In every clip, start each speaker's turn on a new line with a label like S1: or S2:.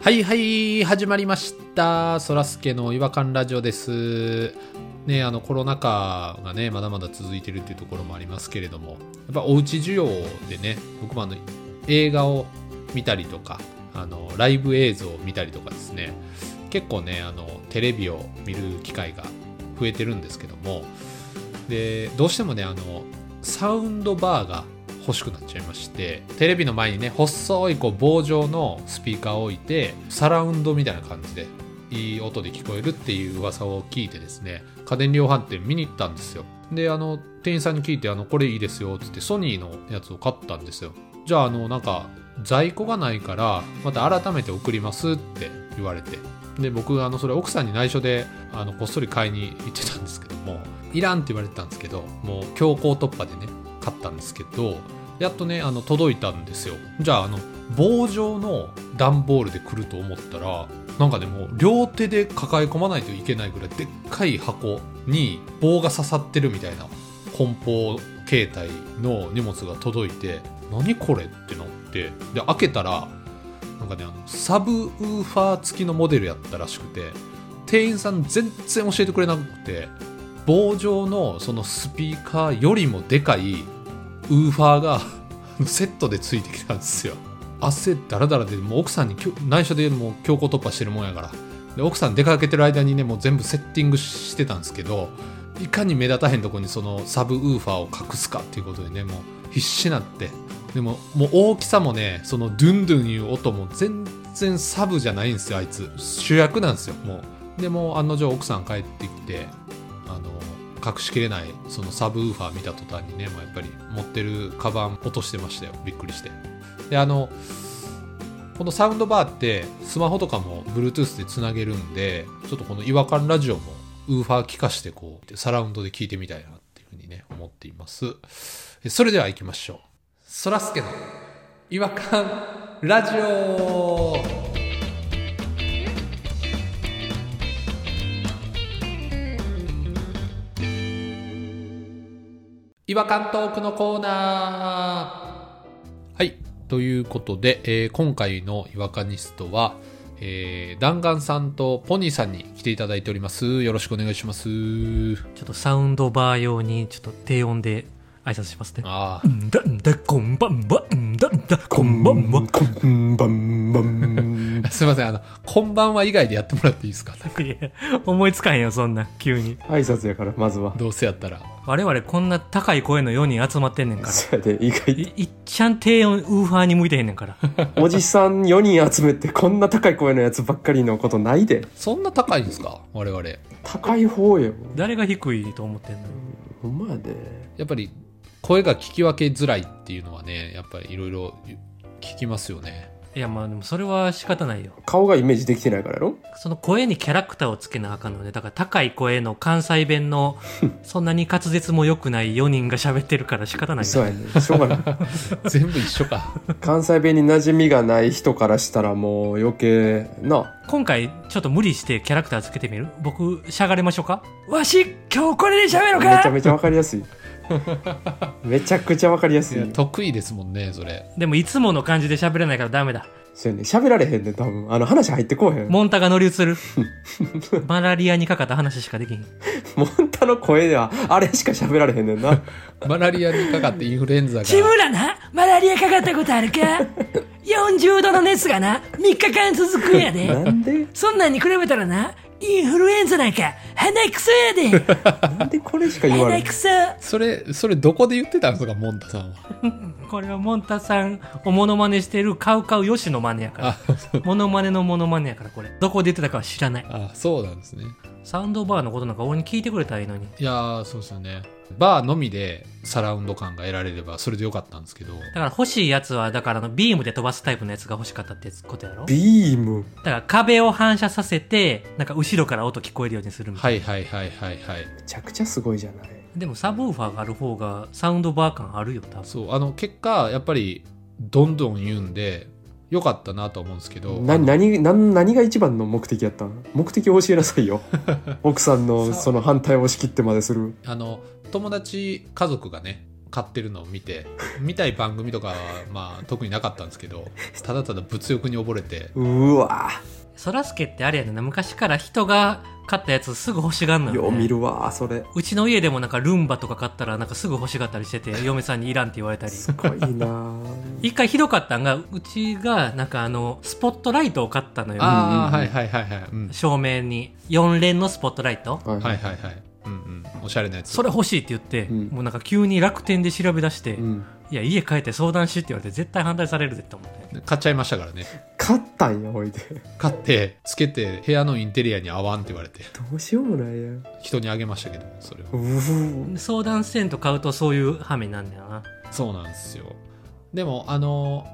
S1: はいはい、始まりました。そらすけの違和感ラジオです。ね、あのコロナ禍がね、まだまだ続いてるっていうところもありますけれども、やっぱおうち需要でね、僕もあの映画を見たりとか、あのライブ映像を見たりとかですね、結構ね、あのテレビを見る機会が増えてるんですけども、で、どうしてもね、あのサウンドバーが欲しくなっちゃいましてテレビの前にね細いこう棒状のスピーカーを置いてサラウンドみたいな感じでいい音で聞こえるっていう噂を聞いてですね家電量販店見に行ったんですよであの店員さんに聞いてあのこれいいですよっつってソニーのやつを買ったんですよじゃああのなんか在庫がないからまた改めて送りますって言われてで僕あのそれ奥さんに内緒であのこっそり買いに行ってたんですけどもいらんって言われてたんですけどもう強行突破でね買ったんですけどやっとねあの届いたんですよじゃああの棒状の段ボールで来ると思ったらなんかでもう両手で抱え込まないといけないぐらいでっかい箱に棒が刺さってるみたいな梱包形態の荷物が届いて何これってなってで開けたらなんかねあのサブウーファー付きのモデルやったらしくて店員さん全然教えてくれなくて棒状のそのスピーカーよりもでかいウーファーが セットでついてきたんですよ汗だらだらでもう奥さんにきょ内緒でもう強行突破してるもんやからで奥さん出かけてる間にねもう全部セッティングしてたんですけどいかに目立たへんとこにそのサブウーファーを隠すかっていうことでねもう必死になってでももう大きさもねそのドゥンドゥンいう音も全然サブじゃないんですよあいつ主役なんですよもうでもう案の定奥さん帰ってきてあの隠しきれないそのサブウーファー見た途端にねもうやっぱり持ってるカバン落としてましたよびっくりしてであのこのサウンドバーってスマホとかも Bluetooth でつなげるんでちょっとこの違和感ラジオもウーファー聞かしてこうサラウンドで聞いてみたいなっていうふうにね思っていますえそれでは行きましょうそらすけの違和感ラジオ違和感トークのコーナーはいということで、えー今回の違和感ニストは、えー、弾丸さんとポニーさんに来ていただいておりますよろしくお願いします
S2: ちょっとサウンドバー用にちょっと低音で挨拶しますね。
S1: ああ
S2: んだんだこんばんはんだんだこんばんは。
S3: こんばんばん。
S1: すいません、あの、こんばんは以外でやってもらっていいですか
S2: いや思いつかへんよそんな急に
S3: 挨拶やから、まずは。
S1: どうせやったら。
S2: 我々こんな高い声の4人集まってんねんから
S3: そやで、意
S2: い
S3: 外
S2: いっちゃん低音ウーファーに向いてへんねん から
S3: と、おじさん4人集めて、こんな高い声のやつばっかりのことないで。
S1: そんな高いんですか我々。や
S3: 高い方よ。
S2: 誰が低いと思ってんの
S3: ほんまやで。
S1: っぱり、声が聞き分けづらいっていうのはね、やっぱりいろいろ聞きますよね。
S2: いやまあでもそれは仕方ないよ
S3: 顔がイメージできてないからやろ
S2: その声にキャラクターをつけなあかんのでだから高い声の関西弁のそんなに滑舌も良くない4人が喋ってるから仕方ない
S3: そうやね。しょうがない。
S1: 全部一緒か。
S3: 関西弁に馴染みがない人からしたらもう余計な。
S2: 今回ちょっと無理してキャラクターつけてみる僕しゃがれましょうかわし今日これで喋ろう
S3: めちゃ
S2: か
S3: めちゃわかりやすい。めちゃくちゃわかりやす
S1: いや
S3: い。
S1: 得意ですもんね、それ。
S2: でもいつもの感じで喋れないからダメだ
S3: そうやね。喋られへんねん、多分。あの、話入ってこうへん。
S2: モンタが乗り 移るマラリアにかかった話しかできん
S3: モンタの声では、あれしか喋られへんねんな。
S1: マラリアにかかってインフルエンザが。
S2: 志村なマラリアかかったことあるか40度の熱がな3日間続くんや
S3: な
S2: で
S3: んで
S2: そんなんに比べたらなインフルエンザなんか鼻くそやで
S3: なんでこれしか言われへ
S2: 鼻
S3: ん
S2: くそ
S1: それ、それどこで言ってたんですかモンタさんは。
S2: これはモンタさんをモノマネしてるカウカウヨシのマネやから
S1: あ、そう
S2: モノマネのモノマネやからこれどこで言ってたかは知らない
S1: あそうなんですね。
S2: サウンドバーのことなんか俺に聞いてくれたらいいのに
S1: いやー、そうですよね。バーのみでサラウンド感が得られれば、それでよかったんですけど。
S2: だから欲しいやつはだからあのビームで飛ばすタイプのやつが欲しかったってことやろだ
S3: ビーム。
S2: から壁を反射させてなんか後ろから音聞こえるようにするみたいな、
S1: はいはいはいはいはい。
S3: めちゃくちゃすごいじゃない。
S2: でもサブウーファーがある方がサウンドバー感あるよ多分
S1: そうあの結果やっぱりどんどん言うんでよかったなと思うんですけど
S3: な、何、何、何が一番の目的やったん目的を教えなさ いよ。奥さんの
S1: さあ
S3: その反対を押し切ってまでする。
S1: あの友達家族がね買ってるのを見 て見たい番組とかはまあ特になかったんですけどただただ物欲に溺れて
S3: うわ
S2: そらすけってあれやねんな昔から人が買ったやつすぐ欲しがんの
S3: よ
S2: よ、
S3: う
S2: ね、
S3: 見るわそれ
S2: うちの家でもなんかルンバとか買ったらなんかすぐ欲しがったりしてて嫁さんにいらんって言われたり
S3: すごいな
S2: 一回ひどかったんがうちがなんかあのスポットライトを買ったのよ
S1: ああ、
S3: うん
S1: は
S3: うんうん
S1: いはいはいはい、うん、
S2: 照明に4連のスポットライト
S3: は
S1: はいはいはいうんうんおしゃれなやつ
S2: それ欲しいって言って、
S3: うん
S2: もうなんか急に楽天で調べ出して、
S3: うん、
S2: いや家帰って相談しって言われて絶対反対されるぜって思って
S1: 買っちゃいましたからね
S3: 勝ったんやほいで
S1: 買ってつけて部屋のインテリアに合わんって言われて
S3: どうしようもないやん
S1: 人にあげましたけどそれは
S3: うー
S2: 相談せんと買うとそういう羽目なんだよな
S1: そうなんですよでもあの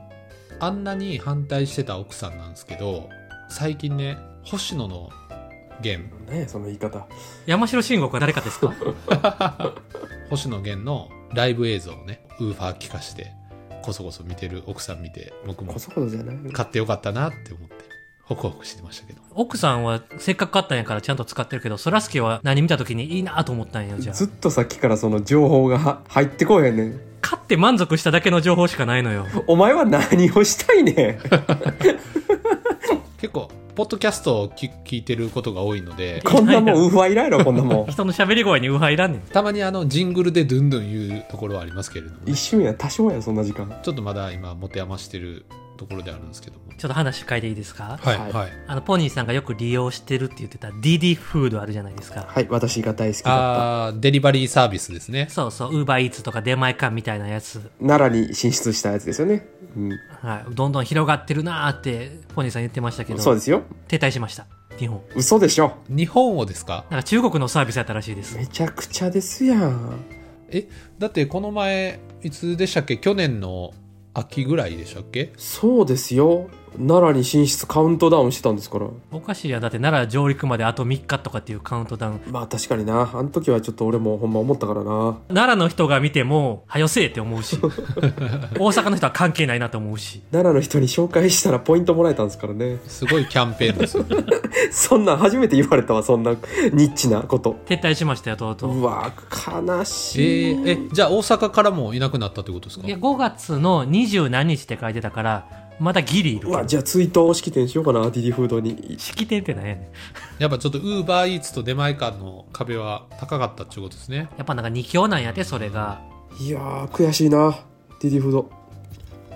S1: あんなに反対してた奥さんなんですけど最近ね星野の源
S3: ねその言い方
S2: 山城慎吾か誰かです か
S1: 星野源のライブ映像をねウーファー聞かしてこそこそ見てる奥さん見て僕も
S3: こそこそじゃない
S1: 買ってよかったなって思ってホクホクしてましたけど
S2: 奥さんはせっかく買ったんやからちゃんと使ってるけどそらすけは何見た時にいいなと思ったんやじゃ
S3: ずっ
S2: あ
S3: とさっきからその情報がは入ってこへんねん
S2: 買って満足しただけの情報しかないのよ
S3: お前は何をしたいね
S1: 結構ポッドキャストを聞聞いてることが多いので
S3: んこんなもんウーファイライロこんなもん
S2: 人の喋り声にうはいらんねん
S1: たまにあのジングルでドゥンドゥン言うところはありますけれどもね、
S3: 一瞬や多少やそんな時間
S1: ちょっとまだ今持て余してるところであるんですけども
S2: ちょっと話変えていいですか
S1: はい
S3: はい
S1: はい
S2: あのポニーさんがよく利用してるって言ってた DD フードあるじゃないですか
S3: はい私が大好きだっ
S1: あーデリバリーサービスですね
S2: そうそうウーバーイーツとか出前館みたいなやつ、
S3: た奈良に進出したやつですよね、
S2: はい、どんどん広がってるなーってポニーさん言ってましたけ
S3: うん、
S2: ど
S3: そうですよ
S2: 停滞しました日本
S3: 嘘でしょ
S1: 日本をですか
S2: なんか中国のサービスやったらしいです
S3: めちゃくちゃですやん
S1: だってこの前いつでしたっけ去年の秋ぐらいでしたっけ
S3: そうですよ奈良に進出カウントダウンしてたんですから
S2: おかしいやんだって奈良上陸まであと3日とかっていうカウントダウン
S3: まあ確かになあの時はちょっと俺もほんま思ったからな
S2: 奈良の人が見ても「はよせえ」って思うし 大阪の人は関係ないなと思うし
S3: 奈良の人に紹介したらポイントもらえたんですからね
S1: すごいキャンペーンですよね
S3: そんなん初めて言われたわそんなニッチなこと
S2: 撤退しましたよとうとう
S3: うわ悲
S1: え
S3: しい、
S1: ー、えじゃあ大阪からもいなくなったってことですか
S2: いや5月の二十何日って書いてたからまだギリいる
S3: うわじゃあツイート式典しようかな DD フードに
S2: 式典ってなんやねん
S1: やっぱちょっとウーバーイーツと出前館の壁は高かったってことですね
S2: やっぱなんか二強なんやでそれが
S3: いやー悔しいな DD フード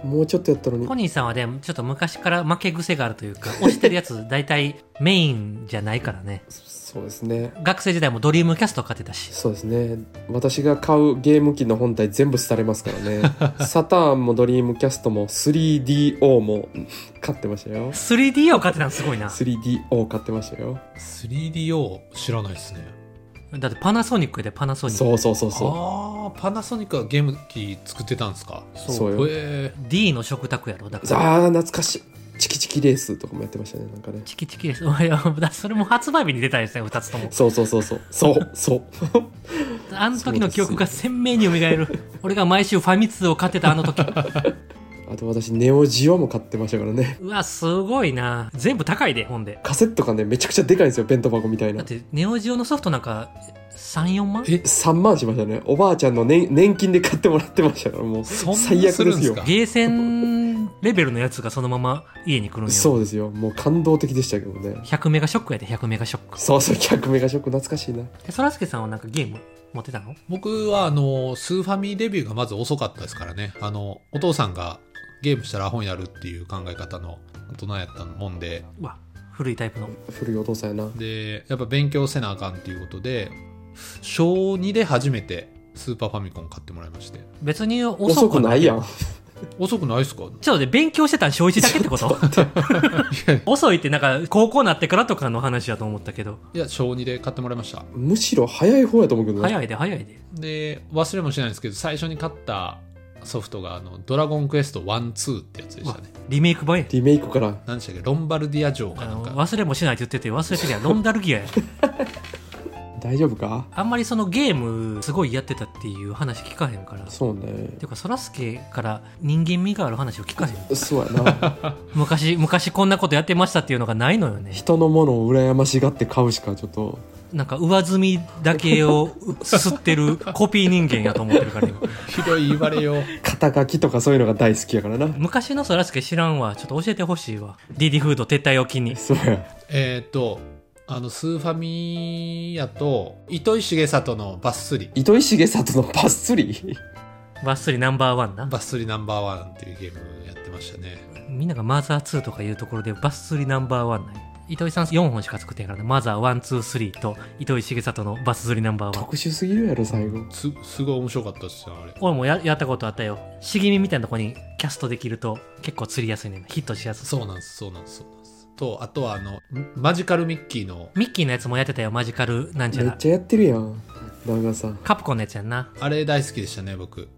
S3: もうちょっとやったのに
S2: ポニーさんはねちょっと昔から負け癖があるというか押してるやつ大体メインじゃないからね
S3: そうですね
S2: 学生時代もドリームキャスト買ってたし
S3: そうですね私が買うゲーム機の本体全部廃れますから ねサターンもドリームキャストも 3DO も買ってましたよ
S2: 3D を買ってたのすごいな
S3: 3DO 買ってましたよ
S1: 3DO 知らないですね
S2: だってパナソニックでパナソニック
S3: そうそうそうそ
S1: ああパナソニックはゲーム機作ってたんですか
S3: うそうよ
S1: へ
S2: D の食卓やろだ
S3: あ
S2: から
S3: ー懐かしいチキチキレースとかもやってましたねなんかね
S2: チキチキです。 いやだそれも発売日に出たんですね、2つとも。
S3: そうそうそうそうそうそう
S2: あの時の記憶が鮮明に蘇 る。俺が毎週ファミ通を買ってたあの時。
S3: あと私ネオジオも買ってましたからね
S2: うわ、すごいな。全部高いで、ほんで。
S3: カセットがねめちゃくちゃでかいんですよ弁当箱みたい
S2: だ
S3: な
S2: って、ネオジオのソフトなんか、3、4万
S1: え
S3: 3万しましたねおばあちゃんの年年金で買ってもらってましたからもう
S1: そんな
S3: 最悪です
S1: するんです
S3: よ
S1: か
S2: ゲーセンレベルのやつがそのまま家に来るん
S3: そ
S2: よ。
S3: うですよもう感動的でしたけどね
S2: 100メガショックやで、100メガショック。
S3: そうそう100メガショック懐かしいな
S2: えそらすけさんはなんかゲーム持ってたの
S1: 僕はあのスーファミデビューがまず遅かったですからねあのお父さんがゲームしたらアホになるっていう考え方の大人やったもんで
S2: うわ、古いタイプの。
S3: 古いお父さんやな
S1: でやっぱ勉強せなあかんっていうことで小2で初めてスーパーファミコン買ってもらいまして
S2: 別に遅
S3: 遅
S2: く
S3: く
S2: な
S3: ないいやん
S1: 遅くないですか
S2: ちょっとね、勉強してたん小一だけってこと遅いってなんか、高校なってからとかの話やと思ったけど。
S1: いや小2で買ってもらいました
S3: むしろ早い方やと思うけどね
S2: 早いで、早いで。
S1: で忘れもしないんですけど最初に買ったソフトがあの「ドラゴンクエスト1-2」ってやつでしたね
S2: リメイク版や。
S3: リメイクから
S1: 何でしたっけロンバルディア城
S2: あ
S1: かな
S2: の
S1: んか
S2: 忘れもしないって言ってて忘れてるやんロンダルギアや
S3: 大丈夫か
S2: あんまりそのゲームすごいやってたっていう話聞かへんからて
S3: そうね
S2: いうかそらすけから人間味がある話を聞かへん
S3: そうやな
S2: 昔昔こんなことやってましたっていうのがないのよね
S3: 人のものを羨ましがって買うしかちょっと
S2: なんか上積みだけをすすってるコピー人間やと思ってるから今
S1: ひどい言われよう。
S3: 肩書きとかそういうのが大好きやからな。
S2: 昔のそらすけ知らんわちょっと教えてほしいわ DD フード撤退を機に
S3: そうや。
S1: えーっと、あの、スーファミやと、糸井重里のバッスリ。
S3: 糸井重里のパッスリ
S2: ばっすりナンバーワンな
S1: バッスリナンバーワンっていうゲームやってましたね。
S2: みんながマザー2とかいうところでバッスリナンバーワンなんや糸井さん4本しか作ってんからねマザー123と糸井重里のバッスリナンバーワン
S3: 特殊すぎるやろ、最後。
S1: す、すごい面白かったっすよ、あれ。
S2: 俺もややったことあったよ茂みみたいなとこにキャストできると結構釣りやすいねんなヒットしやすい
S1: そうなんです、そうなんです、そうなんです。と、あとはあの、んマジカルミッキーの、
S2: ミッキーのやつもやってたよマジカルなんちゃ
S3: めっ
S2: ら
S3: ちゃやってるやん。漫画さん。
S2: カプコンのやつやんな
S1: あれ大好きでしたね、僕。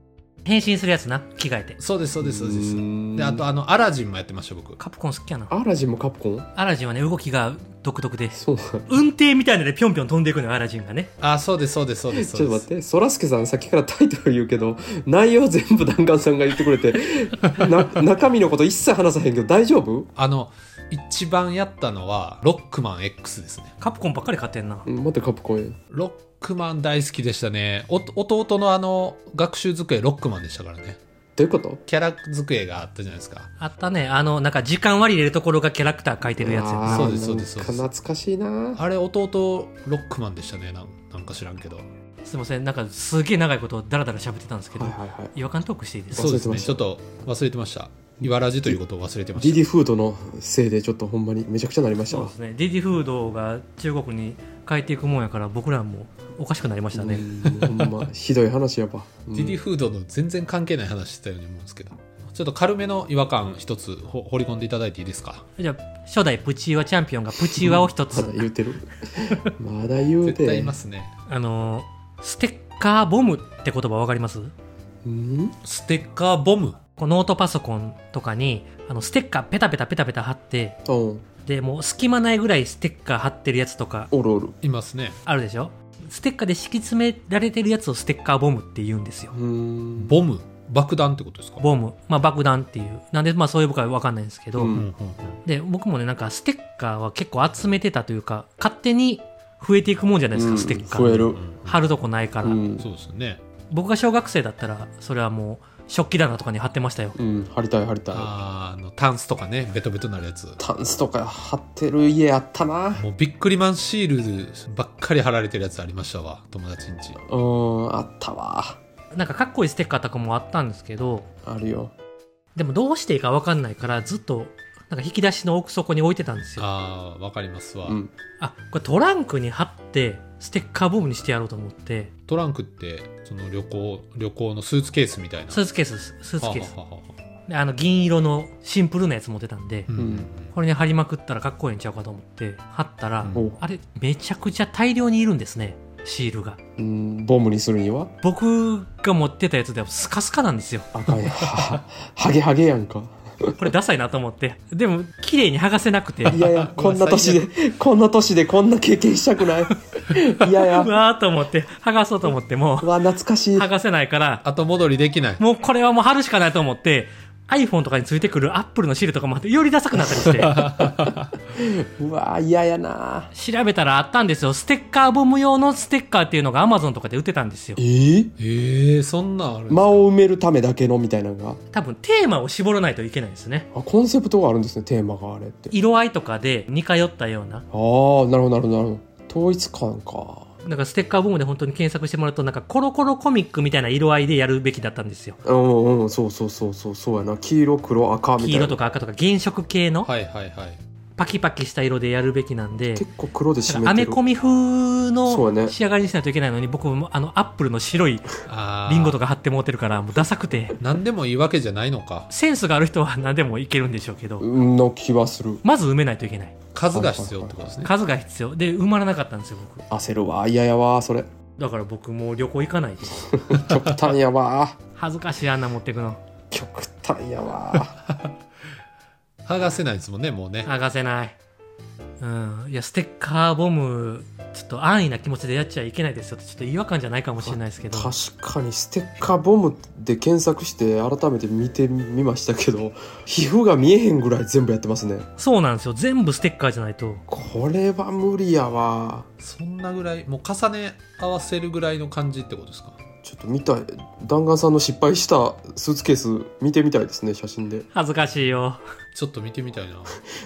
S2: 変身するやつな着替えて
S1: そうです、そうです、そうです
S3: ー。ん
S1: で、あとあの、アラジンもやってました、僕。
S2: カプコン好きやな
S3: アラジンもカプコン
S2: アラジンはね動きが独特で
S3: そうなん
S2: 運転みたいなのでぴょんぴょん飛んでいくのよアラジンがね
S1: あ、そうです、そうです、そうです。
S3: ちょっと待
S1: っ
S3: って、そらすけさん、さっきからタイトル言うけど、内容全部弾丸さんが言ってくれ て、な中身のこと一切話さへんけど、大丈夫
S1: あの、一番やったのは、ロックマン X ですね。
S2: カプコンばっかり買ってんな
S3: うんまたカプコンや
S1: ロックマン大好きでしたね。お弟のあの、学習机ロックマンでしたからね。
S3: どういうこと
S1: キャラ机があったじゃないですか。
S2: あったねあのなんか時間割り入れるところがキャラクター書いてるやつや
S3: あー
S1: そうですそうです
S3: なん
S1: そうです
S3: か懐かしいな
S1: あれ弟ロックマンでしたねなんなんか知らんけど
S2: すいませんなんかすげえ長いことダラダラ喋ってたんですけど、
S3: はいはいはい
S2: 違和感トークしていいですか
S1: そうです
S3: 忘れてま
S1: ね
S3: した
S1: ちょっと忘れてましたわらじということを忘れてまし
S3: DD フードのせいでちょっとほんまにめちゃくちゃなりました
S2: そう
S3: わ
S2: ですねディディフードが中国に変えていくもんやから僕らもおかしくなりましたね、
S3: うんほん まひどい話やっぱ、う
S1: た
S3: ん
S1: DD フードの全然関係ない話してたように思うんですけどちょっと軽めの違和感一つほ放り込んでいただいていいですか
S2: じゃあ初代プチーワチャンピオンがプチーワを一つ
S3: まだ言うてるまだ言うて
S1: 絶対いますね
S2: あのーステッカーボムって言葉わかります
S3: うん
S1: ステッカーボム
S2: こうノートパソコンとかにあのステッカーペタペタペタペタ貼って
S3: うん
S2: でもう隙間ないぐらいステッカー貼ってるやつとか
S3: おるおる
S1: いますね
S2: あるでしょステッカーで敷き詰められてるやつをステッカーボムって言うんですよ
S3: うん
S1: ボム爆弾ってことですか
S2: ボム、まあ、爆弾っていうなんで、まあ、そういう僕は分かんないんですけど、
S1: う
S3: う
S1: ん
S3: ん
S1: うんうん
S2: で僕もねなんかステッカーは結構集めてたというか勝手に増えていくもんじゃないですか、
S3: うん
S2: ステッカ
S3: 増
S2: ー
S3: える
S1: うんうん
S2: 貼るとこないから、
S3: うん
S1: そうですね
S2: 僕が小学生だったらそれはもう食器棚とかに貼ってましたよ
S3: うん貼りたい貼りた
S1: あーあのタンスとかねベトベトなるやつ
S3: いタンスとか貼ってる家あったな
S1: もうビックリマンシールばっかり貼られてるやつありましたわ友達んち
S3: うんあったわ
S2: なんかかっこいいステッカーとかもあったんですけど
S3: あるよ
S2: でもどうしていいか分かんないからずっとなんか引き出しの奥底に置いてたんですよあ
S1: ああわかりますわ、
S3: うん
S2: これトランクに貼ってステッカーボムにしてやろうと思って
S1: トランクってその旅行旅行のスーツケースみたいな
S2: スー
S1: ツ
S2: ツケースですスーツケース
S1: はははは
S2: であの銀色のシンプルなやつ持ってたんで
S1: うんうんうん
S2: これに貼りまくったらかっこいいんちゃうかと思って貼ったら、
S1: うん
S3: お
S2: あれめちゃくちゃ大量にいるんですねシールが
S3: うんボムにするには
S2: 僕が持ってたやつではスカスカなんですよ
S3: あかんやんハゲハゲやんか
S2: これダサいなと思ってでも綺麗に剥がせなくて
S3: いやいやこんな年でこんな年でこんな経験したくないいやいうや
S2: わーと思って剥がそうと思っても
S3: うわ懐かしい
S2: 剥がせないから
S1: 後戻りできない
S2: もうこれはもう貼るしかないと思って iPhone とかについてくる Apple のシールとかもあってよりダサくなったり して
S3: うわ嫌やな
S2: 調べたらあったんですよステッカーボム用のステッカーっていうのが Amazon とかで売ってたんですよ
S3: えー、
S1: ええそんなんある
S3: 間を埋めるためだけのみたいなのが
S2: 多分テーマを絞らないといけないんですね
S3: あコンセプトがあるんですねテーマがあれって
S2: 色合いとかで似通ったような
S3: ああなるほどなるほどなるほど統一感か
S2: なんかステッカーボムで本当に検索してもらうとなんかコロコロコミックみたいな色合いでやるべきだったんですよ
S3: うんうんそうそうそうそうそうやな黄色黒赤みたいな
S2: 黄色とか赤とか原色系の
S1: はいはいはい
S2: パキパキした色でやるべきなんで
S3: 結構黒で締
S2: な
S3: め
S2: んかアメ
S3: てる
S2: コミ風
S3: そう
S2: の
S3: ね
S2: 仕上がりにしないといけないのに僕もあのアップルの白い
S1: あ
S2: リンゴと
S1: か
S2: か貼ってもうてるからもうダサくて
S1: 何でもいいわけじゃないのか
S2: センスがある人は何でもいけるんでしょうけど
S3: の気はする
S2: まず埋めないといけない
S1: 数が必要ってことですね
S2: 数が必要で埋まらなかったんですよ僕
S3: 焦るわ嫌やわそれ
S2: だから僕もう旅行行かないです
S3: 極端やわ
S2: 恥ずかしいあんな持ってくの
S3: 極端やわ
S1: 剥がせないですもんねもうね
S2: 剥がせないうん、いやステッカーボムちょっと安易な気持ちでやっちゃいけないですよってちょっと違和感じゃないかもしれないですけど
S3: 確かにステッカーボムで検索して改めて見てみましたけど皮膚が見えへんぐらい全部やってますね
S2: そうなんですよ全部ステッカーじゃないと
S3: これは無理やわ
S1: そんなぐらいもう重ね合わせるぐらいの感じってことですか
S3: ちょっと見たい弾丸さんの失敗したスーツケース見てみたいですね写真で
S2: 恥ずかしいよ
S1: ちょっと見てみたいな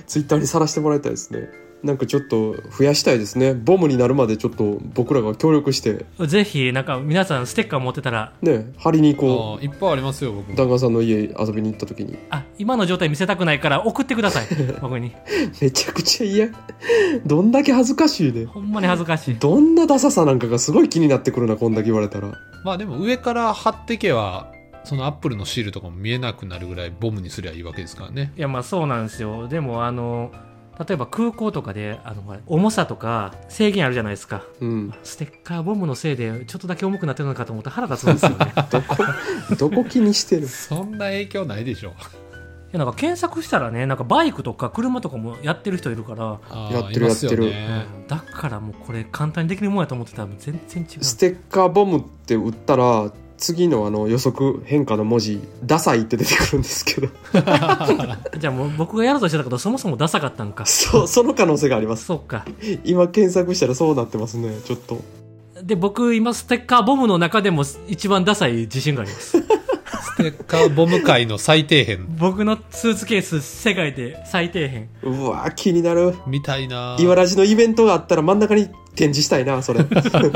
S3: ツイッターにさらしてもらいたいですねなんかちょっと増やしたいですねボムになるまでちょっと僕らが協力して
S2: ぜひなんか皆さんステッカー持ってたら
S3: ね貼りに行こ
S1: あーいっぱいありますよ僕
S3: う
S1: も
S3: 弾丸さんの家遊びに行った時に
S2: あ今の状態見せたくないから送ってくだ さい僕に
S3: めちゃくちゃ嫌どんだけ恥ずかしいね
S2: ほんまに恥ずかしい
S3: どんなダサさなんかがすごい気になってくるなこんだけ言われたら
S1: まあでも上から貼ってけばそのアップルのシールとかも見えなくなるぐらいボムにすりゃいいわけですからね
S2: いやまあそうなんですよでもあの例えば空港とかであのほら重さとか制限あるじゃないですか
S3: うん
S2: ステッカーボムのせいでちょっとだけ重くなってるのかと思ったら腹立つんですよね
S3: どこどこ気にして る
S1: そんな影響ないでしょ
S2: いやなんか検索したらねなんかバイクとか車とかもやってる人いるから、
S1: あー
S3: やってる
S1: いますよね
S3: や
S2: だからもうこれ簡単にできるもんやと思ってたらもう全然違う
S3: ステッカーボムって打ったら次のあの予測変化の文字「ダサい」って出てくるんですけど
S2: じゃあもう僕がやろうとしてたことそもそもダサかったんか
S3: そうその可能性があります
S2: そうか
S3: 今検索したらそうなってますねちょっと
S2: で僕今ステッカーボムの中でも一番ダサい自信があります
S1: ステッカーボム界の最底辺
S2: 僕のスーツケース世界で最底辺
S3: うわー気になる
S1: みたいな
S3: イワラジのイベントがあったら真ん中に展示したいな それ入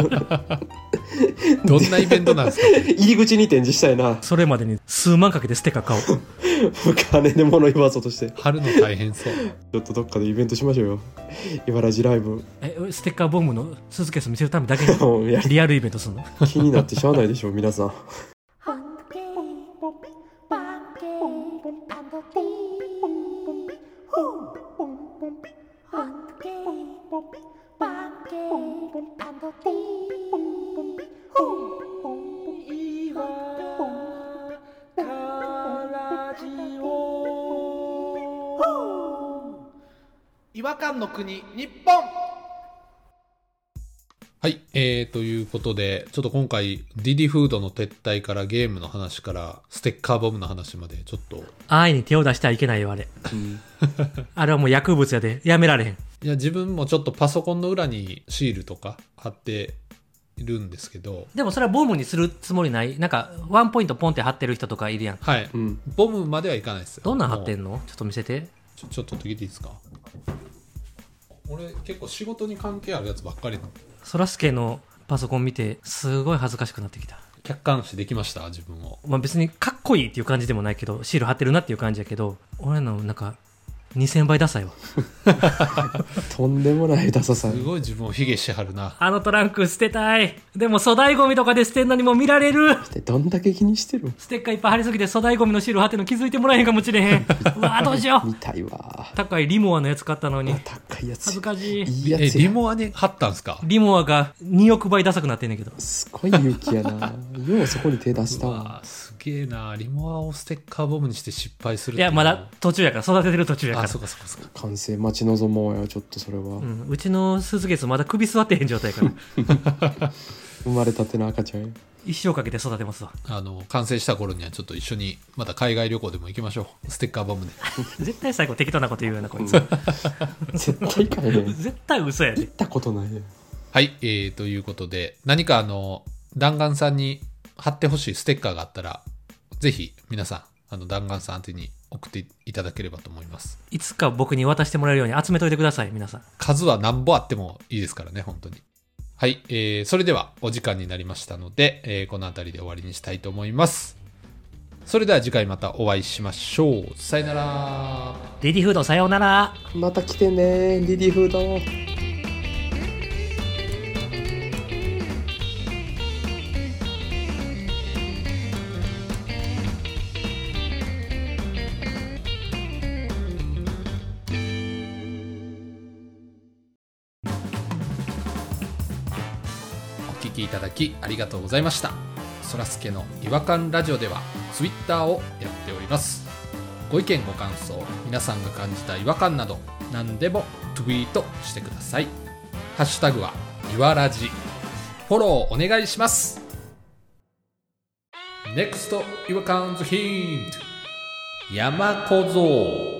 S1: どんなイベント なんですか
S3: り口に展示したいな
S2: それまでに数万かけてステッカー買おう
S3: 金で物言わそうとして
S1: 貼るの大変そう
S3: ちょっとどっかでイベントしましょうよイワラジライブ
S2: えステッカーボムのスーツケース見せるためだけに
S3: もう いや
S2: リアルイベントするの
S3: 気になってしゃあないでしょう皆さん
S4: Hunky,
S5: 違和感の国日本
S1: はい、えー、ということで、ちょっと今回、ディディフードの撤退からゲームの話から、ステッカーボムの話まで、ちょっと、
S2: 安易に手を出してはいけないよあれ、あれはもう薬物やでやめられへん
S1: いや、自分もちょっとパソコンの裏にシールとか貼っているんですけど、
S2: でもそれはボムにするつもりないなんかワンポイントポンって貼ってる人とかいるやん
S1: はい、
S3: うん
S1: ボムまではいかないですよ。
S2: どんなん貼って
S1: も
S2: んのちょっと見せて
S1: うちょちょっと取ってきていいですか俺、結構仕事に関係あるやつばっかりなの
S2: そらすけのパソコン見てすごい恥ずかしくなってきた、
S1: 客観視できました自分を。
S2: まあ、別にかっこいいっていう感じでもないけどシール貼ってるなっていう感じやけど俺のなんか2000倍ダサいわ
S3: とんでもないダサさ
S1: すごい自分を卑下してはるな。
S2: あのトランク捨てたいでも粗大ゴミとかで捨てんのにも見られる
S3: どんだけ気にしてる
S2: ステッカーいっぱい貼りすぎて粗大ゴミのシール貼ってんの気づいてもらえへんかもしれへ んうわどうしよう
S3: みたいわ
S2: 高いリモアのやつ買ったのに
S3: 高いや
S2: 恥
S3: つ
S2: ずかしい
S3: いい
S1: え、
S3: やつ
S1: リ
S3: や
S1: モアに貼ったんですか
S2: リモアが2億倍ダサくなってんねんけど
S3: すごい勇気 やなようそこに手出した
S1: う
S3: わ
S1: わあすげえなリモアをステッカーボムにして失敗するっ
S2: い
S1: てう
S2: やまだ途中やから育ててる途中や
S1: あ
S2: から
S1: そうかそうかそうか
S3: 完成待ち望もうよちょっとそれは、
S2: うん、うちのスーツケースまだ首座ってへん状態やから
S3: 生まれたての赤ちゃんや
S2: 一生かけて育てますわ
S1: あの完成した頃にはちょっと一緒にまた海外旅行でも行きましょうステッカーボムで
S2: 絶対最後適当なこと言うようなこいつ
S3: 絶対かえへん行っ
S2: 絶対嘘やで
S3: たことないやん
S1: はいえー、ということで何かあの弾丸さんに貼ってほしいステッカーがあったらぜひ皆さんあの弾丸さん宛てに送っていただければと思います
S2: いつか僕に渡してもらえるように集めといてください皆さん
S1: 数は何ぼあってもいいですからね本当にはい、えー、それではお時間になりましたので、えーこの辺りで終わりにしたいと思いますそれでは次回またお会いしましょうさよなら
S2: ディディフードさようなら
S3: また来てねリリーフード
S1: お聞きいただきありがとうございましたそらすけの違和感ラジオではツイッターをやっておりますご意見ご感想皆さんが感じた違和感など何でもツイートしてくださいハッシュタグはいわらじフォローお願いします NEXT 違和感ズヒント山小僧